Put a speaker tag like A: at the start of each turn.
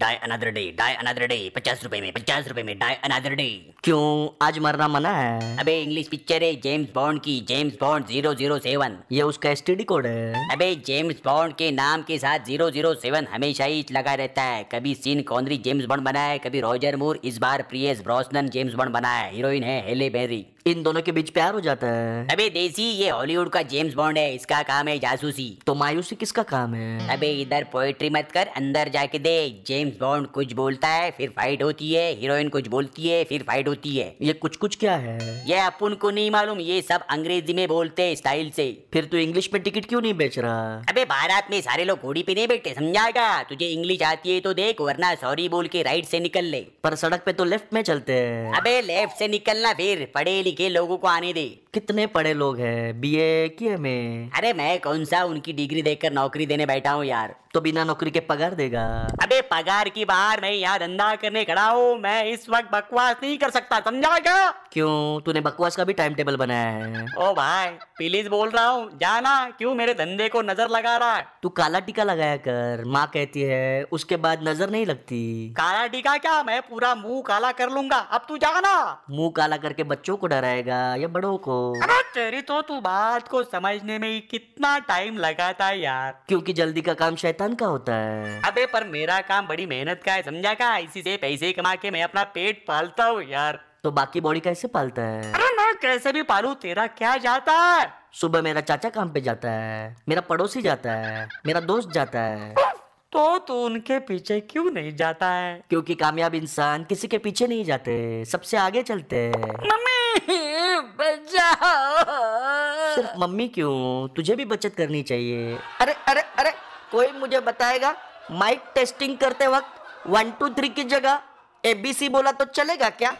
A: die another day die another day पचास रुपए में पचास रुपए में डाई अनदर डे क्यों आज मरना मना है अबे इंग्लिश पिक्चर है जेम्स बॉन्ड की James Bond zero zero seven
B: ये उसका एसटीडी कोड है
A: अबे जेम्स बॉन्ड के नाम के साथ जीरो जीरो सेवन हमेशा ही लगा रहता है कभी सीन कौंदरी जेम्स बॉन्ड बना है कभी रॉजर मूर इस बार प्रियस ब्रॉसनन जेम्स बॉन्ड बना है हीरोइन है हेले बेरी
B: इन दोनों के बीच प्यार हो जाता है
A: अबे देसी ये हॉलीवुड का जेम्स बॉन्ड है इसका काम है जासूसी
B: तो मायूसी किसका काम है
A: अबे इधर पोएट्री मत कर अंदर जाके दे जेम्स बॉन्ड कुछ बोलता है फिर फाइट होती है हीरोइन कुछ बोलती है फिर फाइट होती है
B: ये कुछ कुछ क्या है
A: ये अपन को नहीं मालूम ये सब अंग्रेजी में बोलते हैं स्टाइल से
B: फिर तू इंग्लिश में टिकट क्यों नहीं बेच रहा
A: अबे भारत में सारे लोग घोड़ी पे नहीं बैठे समझा क्या तुझे इंग्लिश आती है तो देख वरना सॉरी बोल के राइट से निकल ले
B: पर सड़क पे तो लेफ्ट में चलते हैं
A: अबे लेफ्ट से निकलना फिर पढ़े लिखे लोगों को आने दे
B: कितने पढ़े लोग हैं बीए की एमए
A: अरे मैं कौन सा उनकी डिग्री देखकर नौकरी देने बैठा हूँ यार
B: तो बिना नौकरी के पगार देगा
A: अबे पगार की बाहर मैं यहाँ धंधा करने खड़ा हूँ मैं इस वक्त बकवास नहीं कर सकता समझा क्या
B: क्यों तूने बकवास का भी टाइम टेबल बनाया है
A: ओ भाई प्लीज बोल रहा हूँ जाना क्यों मेरे धंधे को नजर लगा रहा है
B: तू काला टीका लगाया कर माँ कहती है उसके बाद नजर नहीं लगती
A: काला टीका क्या मैं पूरा मुंह काला कर लूंगा अब तू जाना
B: मुंह काला करके बच्चों को डराएगा या बड़ों को
A: अरे तेरी तो तू बात को समझने में ही कितना टाइम लगाता है यार
B: क्योंकि जल्दी का काम शैतान का होता है
A: अबे पर मेरा काम बड़ी मेहनत का है समझा का इसी से पैसे कमा के मैं अपना पेट पालता हूँ यार
B: तो बाकी बॉडी कैसे पालता है
A: अरे मैं कैसे भी पालू तेरा क्या जाता है
B: सुबह मेरा चाचा काम पे जाता है मेरा पड़ोसी जाता है मेरा दोस्त जाता है
A: तो तू उनके पीछे क्यों नहीं जाता है
B: क्योंकि कामयाब इंसान किसी के पीछे नहीं जाते सबसे आगे चलते हैं
A: मम्मी बचाओ
B: सिर्फ मम्मी क्यों तुझे भी बचत करनी चाहिए अरे अरे अरे कोई मुझे बताएगा माइक टेस्टिंग करते वक्त वन टू थ्री की जगह एबीसी बोला तो चलेगा क्या